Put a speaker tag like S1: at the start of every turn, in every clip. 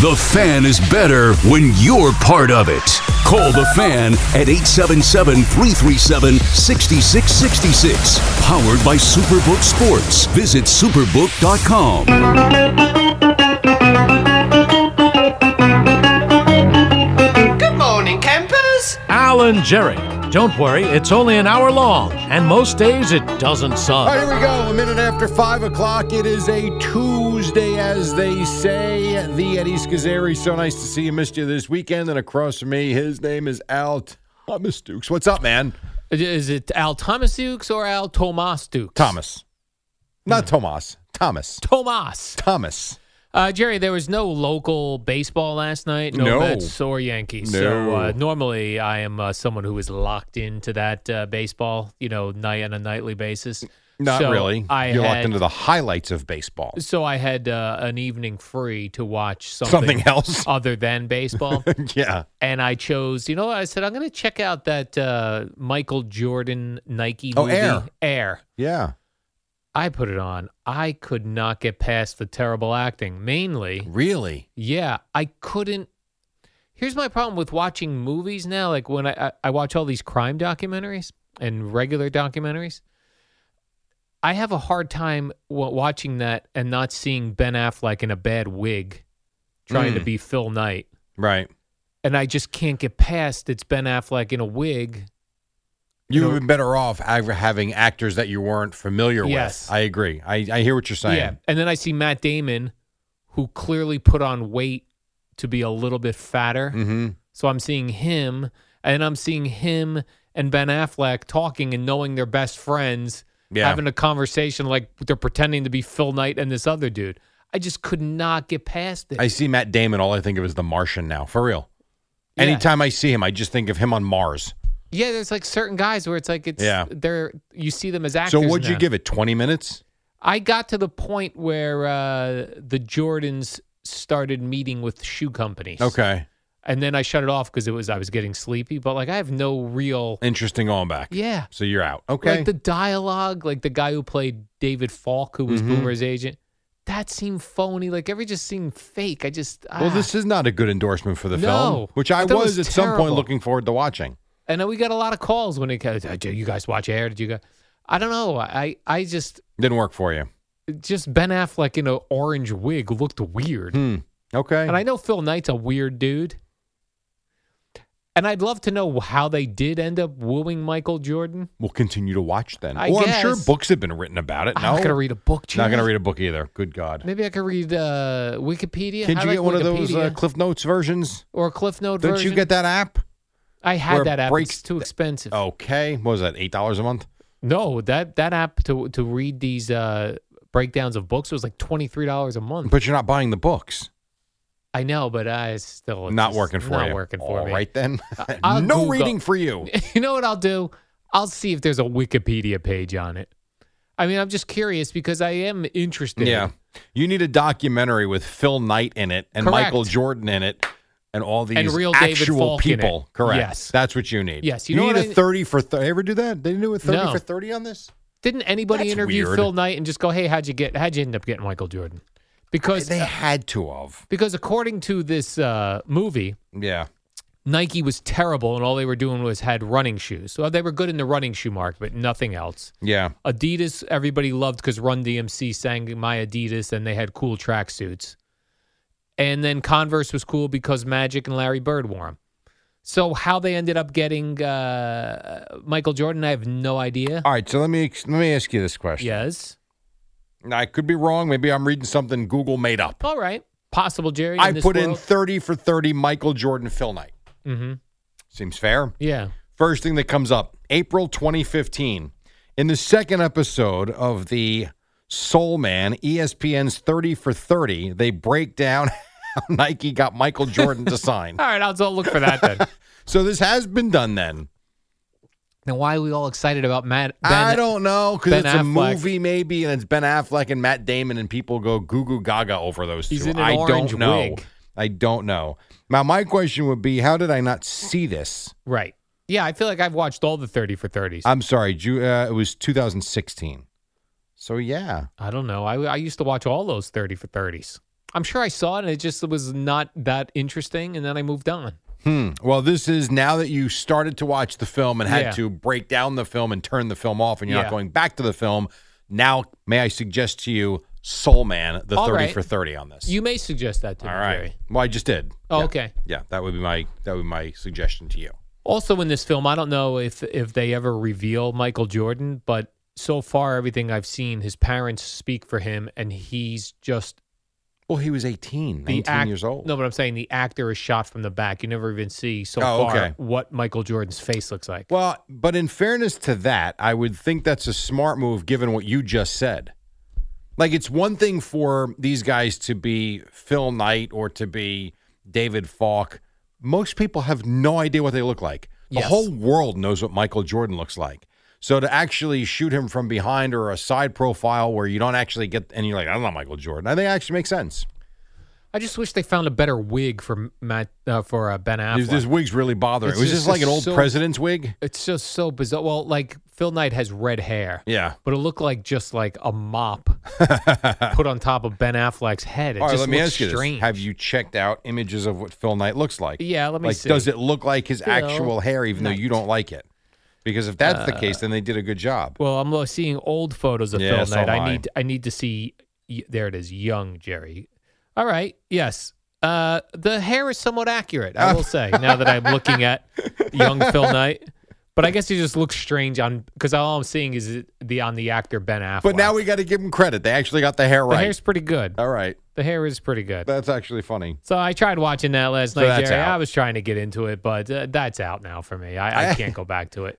S1: The fan is better when you're part of it. Call the fan at 877-337-6666. Powered by Superbook Sports. Visit superbook.com.
S2: Good morning, campers.
S3: Alan Jerry. Don't worry, it's only an hour long, and most days it doesn't suck.
S4: Right, here we go. A minute after 5 o'clock. It is a Tuesday, as they say. The Eddie Scazzeri. So nice to see you. Missed you this weekend. And across from me, his name is Al Thomas Dukes. What's up, man?
S5: Is it Al Thomas Dukes or Al Tomas Dukes?
S4: Thomas. Not hmm. Tomas. Thomas.
S5: Tomas.
S4: Thomas.
S5: Uh, Jerry, there was no local baseball last night. No, no. Mets or Yankees. No. So uh, normally I am uh, someone who is locked into that uh, baseball, you know, night on a nightly basis.
S4: Not
S5: so uh,
S4: really.
S5: I
S4: You're
S5: had,
S4: locked into the highlights of baseball.
S5: So I had uh, an evening free to watch something,
S4: something else
S5: other than baseball.
S4: yeah.
S5: And I chose, you know, I said I'm going to check out that uh, Michael Jordan Nike
S4: oh,
S5: movie
S4: Air.
S5: Air.
S4: Yeah.
S5: I put it on. I could not get past the terrible acting, mainly.
S4: Really?
S5: Yeah, I couldn't. Here's my problem with watching movies now. Like when I, I, I, watch all these crime documentaries and regular documentaries, I have a hard time watching that and not seeing Ben Affleck in a bad wig trying mm. to be Phil Knight.
S4: Right.
S5: And I just can't get past it's Ben Affleck in a wig
S4: you would be better off having actors that you weren't familiar
S5: yes.
S4: with. I agree. I, I hear what you're saying. Yeah.
S5: And then I see Matt Damon, who clearly put on weight to be a little bit fatter.
S4: Mm-hmm.
S5: So I'm seeing him, and I'm seeing him and Ben Affleck talking and knowing they're best friends,
S4: yeah.
S5: having a conversation like they're pretending to be Phil Knight and this other dude. I just could not get past it.
S4: I see Matt Damon. All I think of is The Martian now, for real. Yeah. Anytime I see him, I just think of him on Mars.
S5: Yeah, there's like certain guys where it's like it's
S4: yeah.
S5: they're you see them as actors.
S4: So what'd you
S5: now.
S4: give it? Twenty minutes?
S5: I got to the point where uh, the Jordans started meeting with shoe companies.
S4: Okay.
S5: And then I shut it off because it was I was getting sleepy. But like I have no real
S4: interesting on back.
S5: Yeah.
S4: So you're out. Okay.
S5: Like the dialogue, like the guy who played David Falk, who was mm-hmm. Boomer's agent that seemed phony. Like every just seemed fake. I just ah.
S4: well, this is not a good endorsement for the
S5: no.
S4: film, which I,
S5: I was
S4: was, at some point looking forward to watching.
S5: And we got a lot of calls when it came. Did you guys watch Air? Did you guys? I don't know. I I just
S4: didn't work for you.
S5: Just Ben Affleck in an orange wig looked weird.
S4: Hmm. Okay.
S5: And I know Phil Knight's a weird dude. And I'd love to know how they did end up wooing Michael Jordan.
S4: We'll continue to watch then.
S5: I
S4: or
S5: guess. Ah,
S4: I'm sure books have been written about it.
S5: I'm
S4: no?
S5: not gonna read a book. Jerry.
S4: Not gonna read a book either. Good God.
S5: Maybe I could read uh, Wikipedia.
S4: Can
S5: I
S4: you
S5: like
S4: get one of
S5: Wikipedia.
S4: those uh, Cliff Notes versions?
S5: or a Cliff Note
S4: Don't
S5: version?
S4: you get that app?
S5: I
S4: where
S5: had
S4: it
S5: that app.
S4: breaks Oh.
S5: it's too
S4: th-
S5: expensive.
S4: Okay. What was that? Eight dollars a month?
S5: No, that that app to to read these uh, breakdowns of books was like twenty three dollars a month.
S4: But you're not buying the books.
S5: I know, but I it's still it's
S4: not
S5: just
S4: working for
S5: not
S4: you.
S5: working for
S4: All
S5: me. Uh,
S4: right then.
S5: I'll
S4: no
S5: Google.
S4: reading for you.
S5: You know what I'll do? I'll see if there's a Wikipedia page on it. I mean, I'm just curious because I am interested.
S4: Yeah. You need a documentary with Phil Knight in it and
S5: Correct.
S4: Michael Jordan in it and all these
S5: And real David
S4: actual
S5: Falk in
S4: people.
S5: it.
S4: Correct.
S5: Yes.
S4: That's what you need.
S5: Yes,
S4: You,
S5: you know
S4: need
S5: what
S4: a
S5: I-
S4: 30 for 30. Ever do that? They didn't do a 30
S5: No.
S4: for 30 on this?
S5: Didn't anybody
S4: That's
S5: interview
S4: weird.
S5: Phil Knight and just go, "Hey, how'd you get? How'd you end up getting Michael Jordan?" Because uh,
S4: They had to have.
S5: because according to this uh, movie,
S4: Yeah.
S5: Nike was terrible, and all they were doing was had running shoes. So they were good in the running shoe market, but nothing else.
S4: Yeah.
S5: Adidas, everybody loved because Run DMC sang "My Adidas," and they had cool tracksuits. and then Converse was cool because Magic and Larry Bird wore them. So how they ended up getting uh, Michael Jordan, I have no idea.
S4: All right, so let me let me ask you this question.
S5: Yes.
S4: I could be wrong. Maybe I'm reading something Google made up.
S5: All right. Possible, Jerry.
S4: I
S5: in this
S4: put in
S5: world.
S4: 30 for 30 Michael Jordan Phil night.
S5: Mhm.
S4: Seems fair.
S5: Yeah.
S4: First thing that comes up, April 2015. In the second episode of the Soul Man, ESPN's 30 for 30, they break down how Nike got Michael Jordan to sign.
S5: All right. I'll I'll look for that then.
S4: So this has been done then.
S5: Then why are we all excited about Matt? Ben?
S4: I don't know because
S5: Ben
S4: it's a
S5: Affleck.
S4: movie maybe, and it's Ben Affleck and Matt Damon, and people go goo goo gaga over those
S5: He's
S4: two.
S5: in an
S4: I
S5: orange
S4: don't know.
S5: wig.
S4: I don't know. Now my question would be, how did I not see this?
S5: Right. Yeah, I feel like I've watched all the thirty for thirties.
S4: I'm sorry, Ju- uh, it was 2016. So yeah,
S5: I don't know. I, I used to watch all those thirty for thirties. I'm sure I saw it, and it just was not that interesting. And then I moved on.
S4: Hmm. Well, this is now that you started to watch the film and had
S5: Yeah.
S4: to break down the film and turn the film off, and you're
S5: Yeah.
S4: not going back to the film. Now, may I suggest to you, Soul Man, the
S5: All
S4: 30
S5: right.
S4: for 30 on this.
S5: You may suggest that to
S4: All
S5: me,
S4: right.
S5: Jerry.
S4: Well, I just did.
S5: Oh,
S4: Yeah.
S5: okay.
S4: Yeah, that would be my that would be my suggestion to you.
S5: Also, in this film, I don't know if if they ever reveal Michael Jordan, but so far everything I've seen, his parents speak for him, and he's just
S4: Well, he was 18,
S5: the
S4: 19
S5: act-
S4: years old.
S5: No, but I'm saying the actor is shot from the back. You never even see so
S4: Oh,
S5: far
S4: okay.
S5: what Michael Jordan's face looks like.
S4: Well, Uh, but in fairness to that, I would think that's a smart move given what you just said. Like it's one thing for these guys to be Phil Knight or to be David Falk. Most people have no idea what they look like. The
S5: Yes.
S4: whole world knows what Michael Jordan looks like. So to actually shoot him from behind or a side profile where you don't actually get and you're like, I'm not Michael Jordan. I think it actually makes sense.
S5: I just wish they found a better wig for Matt uh, for uh, Ben Affleck.
S4: This, this wig's really bothering.
S5: It's
S4: it was
S5: just-
S4: just like an
S5: it's
S4: old
S5: so-
S4: president's wig.
S5: it's just so bizarre. Well, like Phil Knight has red hair,
S4: Yeah.
S5: but it looked like just like a mop put on top of Ben Affleck's head. It
S4: All right,
S5: just
S4: let me
S5: looks
S4: ask you
S5: strange.
S4: this: Have you checked out images of what Phil Knight looks like?
S5: Yeah, let me
S4: like,
S5: see.
S4: Does it look like his
S5: Phil
S4: actual hair, even though you
S5: Knight.
S4: don't like it? Because if that's the case, then they did a good job.
S5: Well, I'm lo- seeing old photos of
S4: Yeah,
S5: Phil
S4: so
S5: Knight.
S4: am
S5: I
S4: I.
S5: need I need to see. y- There it is, young Jerry. All right, yes. Uh, the hair is somewhat accurate, I will say. Now that I'm looking at young Phil Knight, but I guess he just looks strange on because all I'm seeing is it- the on the actor Ben Affleck.
S4: but now we got to give him credit; they actually got the hair
S5: the
S4: right.
S5: hair's pretty good.
S4: All right,
S5: The hair is pretty good.
S4: that's actually funny.
S5: So I tried watching that last
S4: So
S5: night,
S4: that's
S5: Jerry.
S4: out.
S5: I was trying to get into it, but uh, that's out now for me. I, I can't go back to it.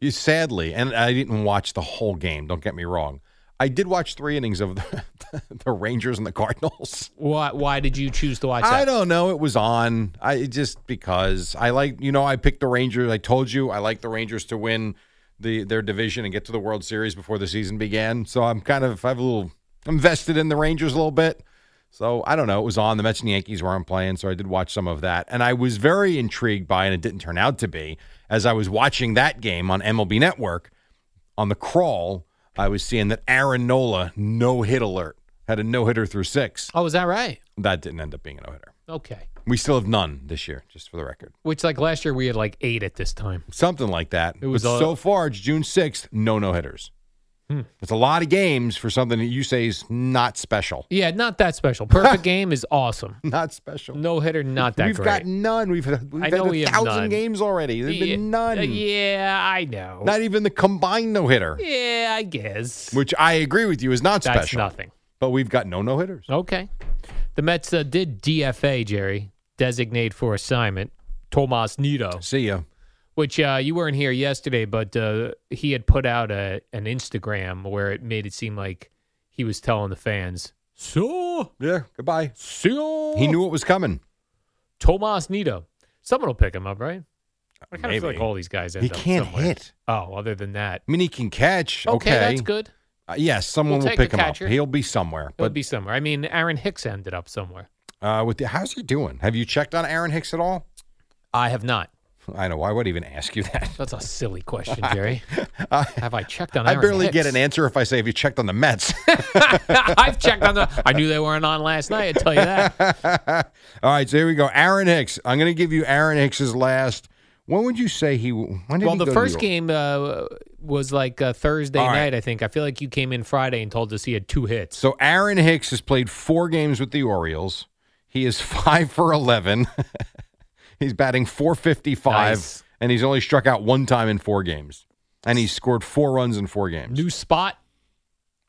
S4: You sadly, and I didn't watch the whole game. Don't get me wrong; I did watch three innings of the, the Rangers and the Cardinals.
S5: Why? Why did you choose to watch that?
S4: I don't know. It was on. I it just because I like you know I picked the Rangers. I told you I like the Rangers to win the their division and get to the World Series before the season began. So I'm kind of I have a little I'm invested in the Rangers a little bit. So I don't know. It was on. The Mets and Yankees were on playing, so I did watch some of that, and I was very intrigued by, and it didn't turn out to be as I was watching that game on MLB Network on the crawl. I was seeing that Aaron Nola no hit alert had a no hitter through six.
S5: Oh, is that right?
S4: That didn't end up being a no hitter.
S5: Okay.
S4: We still have none this year, just for the record.
S5: Which, like last year, we had like eight at this time.
S4: Something like that.
S5: It was
S4: but
S5: a-
S4: so far, it's June 6th, no no hitters. It's a lot of games for something that you say is not special.
S5: Yeah, not that special. Perfect game is awesome.
S4: Not special.
S5: No hitter, not that
S4: we've
S5: great.
S4: got none. We've, we've
S5: I
S4: had
S5: know
S4: a
S5: we have
S4: thousand
S5: none.
S4: games already. There's
S5: yeah, uh,
S4: been none.
S5: Yeah, I know.
S4: Not even the combined no hitter,
S5: yeah, I guess.
S4: which I agree with you is not
S5: That's
S4: special.
S5: nothing.
S4: But we've got no no hitters.
S5: Okay. The Mets uh, did DFA Jerry, designate for assignment, Tomas Nido,
S4: See ya.
S5: which uh, you weren't here yesterday, but uh, he had put out a, an Instagram where it made it seem like he was telling the fans, "So,
S4: Yeah, goodbye.
S5: so
S4: He knew it was coming.
S5: Tomas Nido. Someone will pick him up, right? I kind of feel
S4: Maybe.
S5: like all these guys end
S4: He
S5: up
S4: can't
S5: somewhere.
S4: hit.
S5: Oh, other than that,
S4: I mean, he can catch.
S5: okay, that's good.
S4: Uh, yes, someone
S5: We'll
S4: will
S5: take
S4: pick
S5: a
S4: him up.
S5: catcher.
S4: He'll be somewhere.
S5: It would
S4: But
S5: be somewhere. I mean, Aaron Hicks ended up somewhere.
S4: uh, with the, how's he doing? Have you checked on Aaron Hicks at all?
S5: I have not.
S4: I know. I would even ask you that.
S5: That's a silly question, Jerry.
S4: I,
S5: have I checked on?
S4: I
S5: Aaron
S4: barely get
S5: Hicks?
S4: an answer if I say, "Have you checked on the Mets?"
S5: I've checked on the. I knew they weren't on last night. I tell you that.
S4: All right, so here we go. Aaron Hicks. I'm going to give you Aaron Hicks's last. When would you say he? When did
S5: Well,
S4: he
S5: the
S4: go to
S5: first
S4: New York?
S5: game uh, was like uh, Thursday
S4: All right.
S5: night. I think. I feel like you came in Friday and told us he had two hits.
S4: So Aaron Hicks has played four games with the Orioles. He is five for eleven. he's batting four fifty five,
S5: Nice.
S4: and he's only struck out one time in four games, and he's scored four runs in four games.
S5: new spot.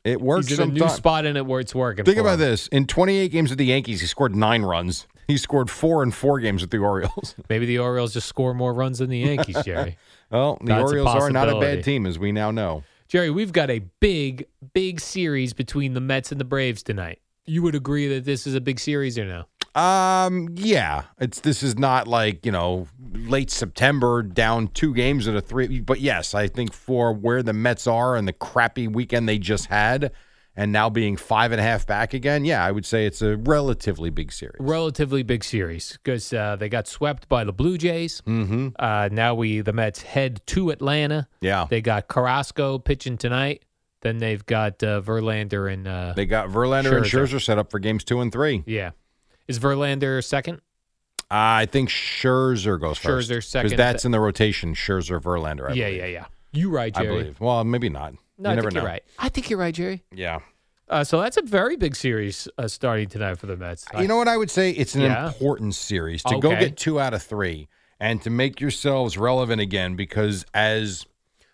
S4: it works.
S5: He's in a new
S4: sometimes.
S5: spot in it where it's working.
S4: Think
S5: for
S4: about
S5: him.
S4: this: in twenty eight games with the Yankees, he scored nine runs. He scored four in four games with the Orioles.
S5: Maybe the Orioles just score more runs than the Yankees, Jerry.
S4: Well, the
S5: That's a
S4: Orioles are not a
S5: possibility.
S4: bad team, as we now know.
S5: Jerry, we've got a big, big series between the Mets and the Braves tonight. You would agree that this is a big series or no?
S4: Um, yeah, it's this is not like you know late September down two games at a three, but yes, I think for where the Mets are and the crappy weekend they just had, and now being five and a half back again, yeah, I would say it's a relatively big series.
S5: Relatively big series because uh, they got swept by the Blue Jays.
S4: mm-hmm.
S5: Uh, now we the Mets head to Atlanta.
S4: Yeah, they,
S5: They got Carrasco pitching tonight. Then they've got uh, Verlander and uh,
S4: got Verlander and
S5: Scherzer.
S4: Scherzer set up for games two and three.
S5: yeah, is Verlander second?
S4: I think Scherzer goes first.
S5: Scherzer second.
S4: because that's in the rotation. Scherzer, Verlander. I
S5: yeah,
S4: believe.
S5: yeah, yeah. You right,
S4: I
S5: Jerry?
S4: believe. Well, maybe not.
S5: No,
S4: you
S5: I
S4: never
S5: think
S4: know.
S5: you're right. I think you're right, Jerry.
S4: Yeah.
S5: Uh, so that's a very big series uh, starting tonight for the Mets.
S4: You know what I would say? It's an
S5: Yeah.
S4: important series to go
S5: Okay.
S4: get two out of three and to make yourselves relevant again because as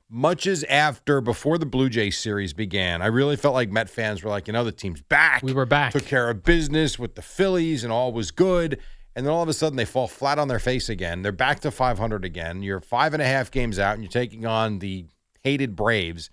S4: much as after before the Blue Jays series began, I really felt like Met fans were like, you know, the team's back.
S5: We were back.
S4: Took care of business with the Phillies and all was good. And then all of a sudden they fall flat on their face again. They're back to 500 again. You're five and a half games out and you're taking on the hated Braves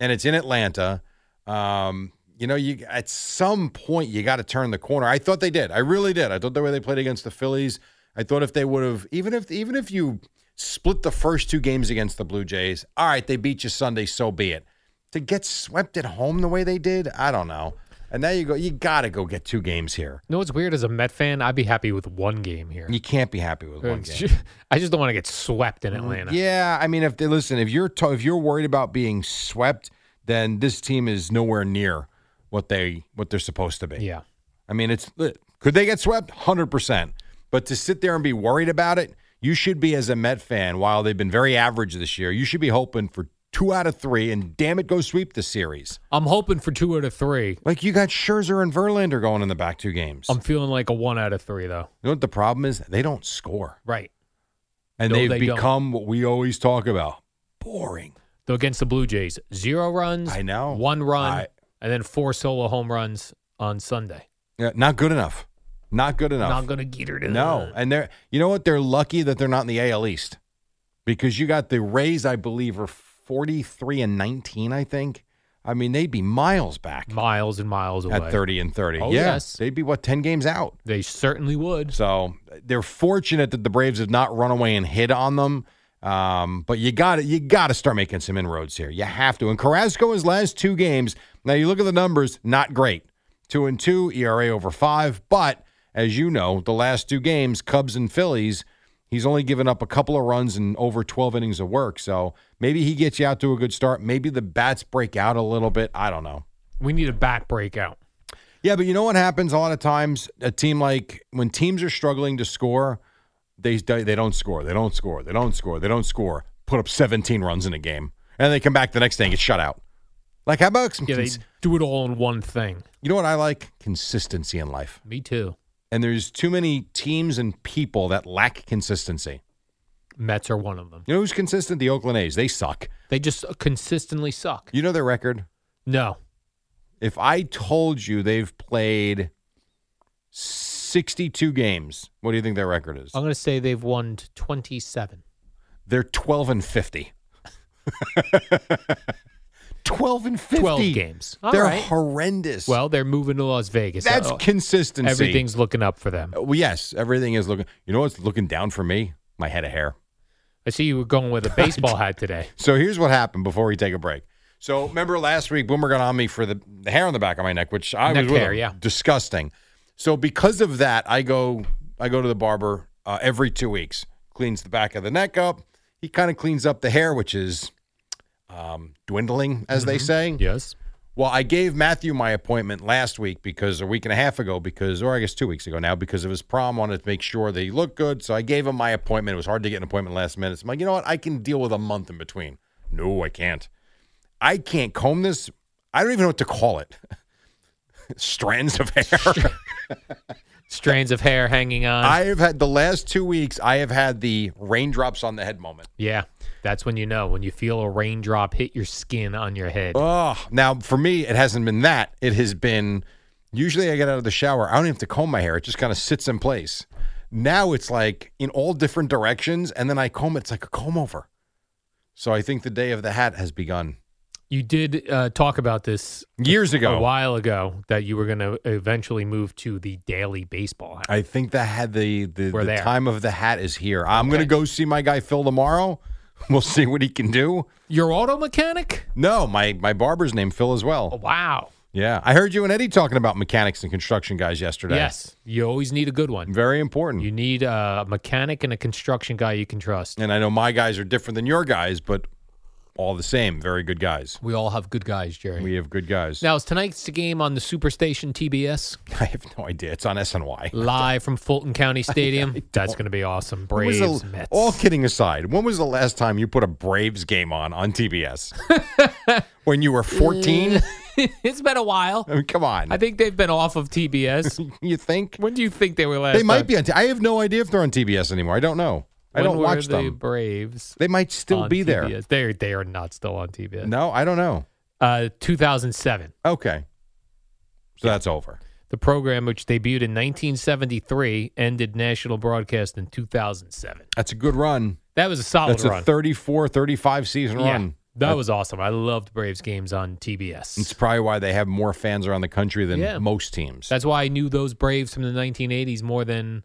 S4: and it's in Atlanta. Um, you know, you at some point you got to turn the corner. I thought they did. I really did. I thought the way they played against the Phillies, I thought if they would have even if even if you split the first two games against the Blue Jays, all right, they beat you Sunday, so be it. To get swept at home the way they did, I don't know. And now you go, you got to go get two games here.
S5: You know what's weird as a Met fan? I'd be happy with one game here.
S4: You can't be happy with one game.
S5: Uh,
S4: Mm,
S5: I just don't want to get swept in Atlanta.
S4: Yeah, I mean, if they listen, if you're to, if you're worried about being swept, then this team is nowhere near what they what they're supposed to be.
S5: Yeah.
S4: I mean, it's could they get swept? Hundred percent. But to sit there and be worried about it, you should be as a Met fan. While they've been very average this year, you should be hoping for two out of three, and damn it, go sweep the series.
S5: I'm hoping for two out of three.
S4: Like you got Scherzer and Verlander going in the back two games.
S5: I'm feeling like a one out of three though.
S4: you know what the problem is? They don't score,
S5: Right.
S4: and
S5: No,
S4: they've
S5: they don't.
S4: become what we always talk about: boring.
S5: Though against the Blue Jays, zero runs.
S4: I know.
S5: One run,
S4: I-
S5: and then four solo home runs on Sunday.
S4: Yeah, not good enough. Not good enough.
S5: Not gonna get her to
S4: No, and they're you know what? They're lucky that they're not in the AL East because you got the Rays, I believe, are forty three and nineteen. I think. I mean, they'd be miles back
S5: miles and miles away.
S4: at thirty and thirty.
S5: Oh,
S4: Yeah,
S5: yes.
S4: they'd be what ten games out.
S5: They certainly would.
S4: So they're fortunate that the Braves have not run away and hit on them. Um, but you got to you got to start making some inroads here. You have to. And Carrasco his last two games. Now you look at the numbers, not great. Two and two, ERA over five. But as you know, the last two games, Cubs and Phillies, he's only given up a couple of runs and over twelve innings of work. So maybe he gets you out to a good start. Maybe the bats break out a little bit. I don't know.
S5: We need a back breakout.
S4: Yeah, but you know what happens a lot of times? A team like when teams are struggling to score, they they don't score. They don't score. They don't score. They don't score. Put up 17 runs in a game, and they come back the next day and get shut out. Like how about some
S5: Yeah, they
S4: cons-
S5: do it all in one thing.
S4: you know what I like? Consistency in life.
S5: Me too.
S4: And there's too many teams and people that lack consistency.
S5: Mets are one of them.
S4: You know who's consistent? The Oakland A's. They suck.
S5: They just consistently suck.
S4: You know their record?
S5: No.
S4: If I told you they've played 62 games, what do you think their record is?
S5: I'm going to say they've won t- 27.
S4: They're 12 and 50. 12 and 50.
S5: 12 games. All
S4: They're
S5: right.
S4: horrendous.
S5: Well, they're moving to Las Vegas.
S4: that's
S5: Uh,
S4: consistency.
S5: Everything's looking up for them.
S4: Well, yes, everything is looking. You know what's looking down for me? My head of hair.
S5: I see you were going with a baseball hat today.
S4: So here's what happened before we take a break. So remember last week, Boomer got on me for the, the hair on the back of my neck, which I
S5: Neck
S4: was with
S5: hair,
S4: him.
S5: yeah.
S4: disgusting. So because of that, I go I go to the barber uh, every two weeks. Cleans the back of the neck up. He kind of cleans up the hair, which is um, dwindling, as they say.
S5: Yes.
S4: Well, I gave Matthew my appointment last week because a week and a half ago, because or I guess two weeks ago now, because of his prom, wanted to make sure that he looked good. So I gave him my appointment. It was hard to get an appointment last minute. So I'm like, you know what? I can deal with a month in between. No, I can't. I can't comb this. I don't even know what to call it. Strands of hair.
S5: Strands of hair hanging on.
S4: I have had the last two weeks. I have had the raindrops on the head moment.
S5: yeah. That's when you know when you feel a raindrop hit your skin on your head.
S4: Oh, now for me, it hasn't been that. It has been usually I get out of the shower, I don't even have to comb my hair. It just kind of sits in place. Now it's like in all different directions, and then I comb it. It's like a comb over. So I think the day of the hat has begun
S5: You did uh, talk about this
S4: years
S5: a
S4: ago.
S5: while ago that you were going to eventually move to the daily baseball hat.
S4: I think that had the the,
S5: We're
S4: the
S5: there.
S4: time of the hat is here. I'm gonna go see my guy Phil tomorrow. We'll see what he can do.
S5: Your auto mechanic?
S4: No, my my barber's name Phil as well.
S5: Oh, wow.
S4: Yeah, I heard you and Eddie talking about mechanics and construction guys yesterday.
S5: Yes. You always need a good one.
S4: very important.
S5: You need a mechanic and a construction guy you can trust.
S4: And I know my guys are different than your guys, but all the same, very good guys.
S5: We all have good guys, Jerry.
S4: We have good guys.
S5: now, is tonight's game on the Superstation TBS
S4: I have no idea. It's on SNY.
S5: live from Fulton County Stadium? That's going to be awesome.
S4: When was
S5: Braves,
S4: the-
S5: Mets.
S4: all kidding aside, when was the last time you put a Braves game on on TBS? when you were 14?
S5: it's been a while.
S4: I mean, come on.
S5: I think they've been off of TBS.
S4: you think?
S5: when do you think they were last?
S4: They might
S5: on-
S4: be on. T- I have no idea if they're on TBS anymore. I don't know. I
S5: When
S4: don't
S5: were
S4: watch
S5: the
S4: them.
S5: Braves
S4: They might still
S5: on
S4: be there.
S5: TBS? They they are not still on TBS.
S4: No, I don't know.
S5: Uh, 2007,
S4: Okay. So that's over.
S5: the program which debuted in 1973 ended national broadcast in 2007.
S4: That's a good run.
S5: That was a solid
S4: That's
S5: run.
S4: a 34, 35 season
S5: Yeah,
S4: run.
S5: that was awesome. I loved Braves games on TBS.
S4: It's probably why they have more fans around the country than
S5: Yeah.
S4: most teams.
S5: That's why I knew those Braves from the 1980s more than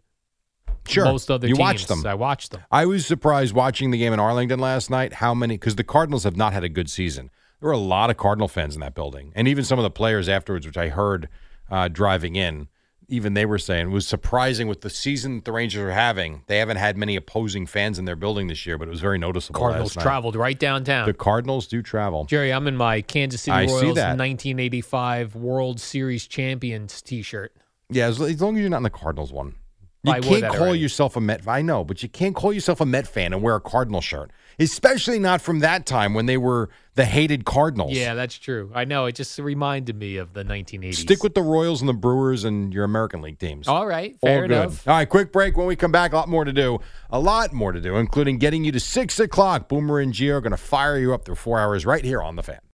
S5: most other
S4: you
S5: teams.
S4: watch them.
S5: I watched them.
S4: I was surprised watching the game in Arlington last night. How many? Because the Cardinals have not had a good season. There were a lot of Cardinal fans in that building, and even some of the players afterwards, which I heard uh, driving in, even they were saying it was surprising with the season that the Rangers are having. They haven't had many opposing fans in their building this year, but it was very noticeable.
S5: Cardinals
S4: last night.
S5: traveled right downtown.
S4: The Cardinals do travel.
S5: Jerry, I'm in my Kansas City
S4: I see
S5: Royals
S4: that.
S5: 1985 World Series champions T-shirt.
S4: Yeah, as, as long as you're not in the Cardinals one. You
S5: I wore
S4: can't
S5: that
S4: call
S5: already.
S4: yourself a Met. I know, but you can't call yourself a Met fan and wear a Cardinal shirt, especially not from that time when they were the hated Cardinals.
S5: Yeah, that's true. I know. It just reminded me of the 1980s.
S4: stick with the Royals and the Brewers and your American League teams.
S5: All right, Oh, fair
S4: All good.
S5: enough.
S4: All right, quick break. When we come back, a lot more to do. A lot more to do, including getting you to six o'clock. Boomer and Gio are going to fire you up through four hours right here on the fan.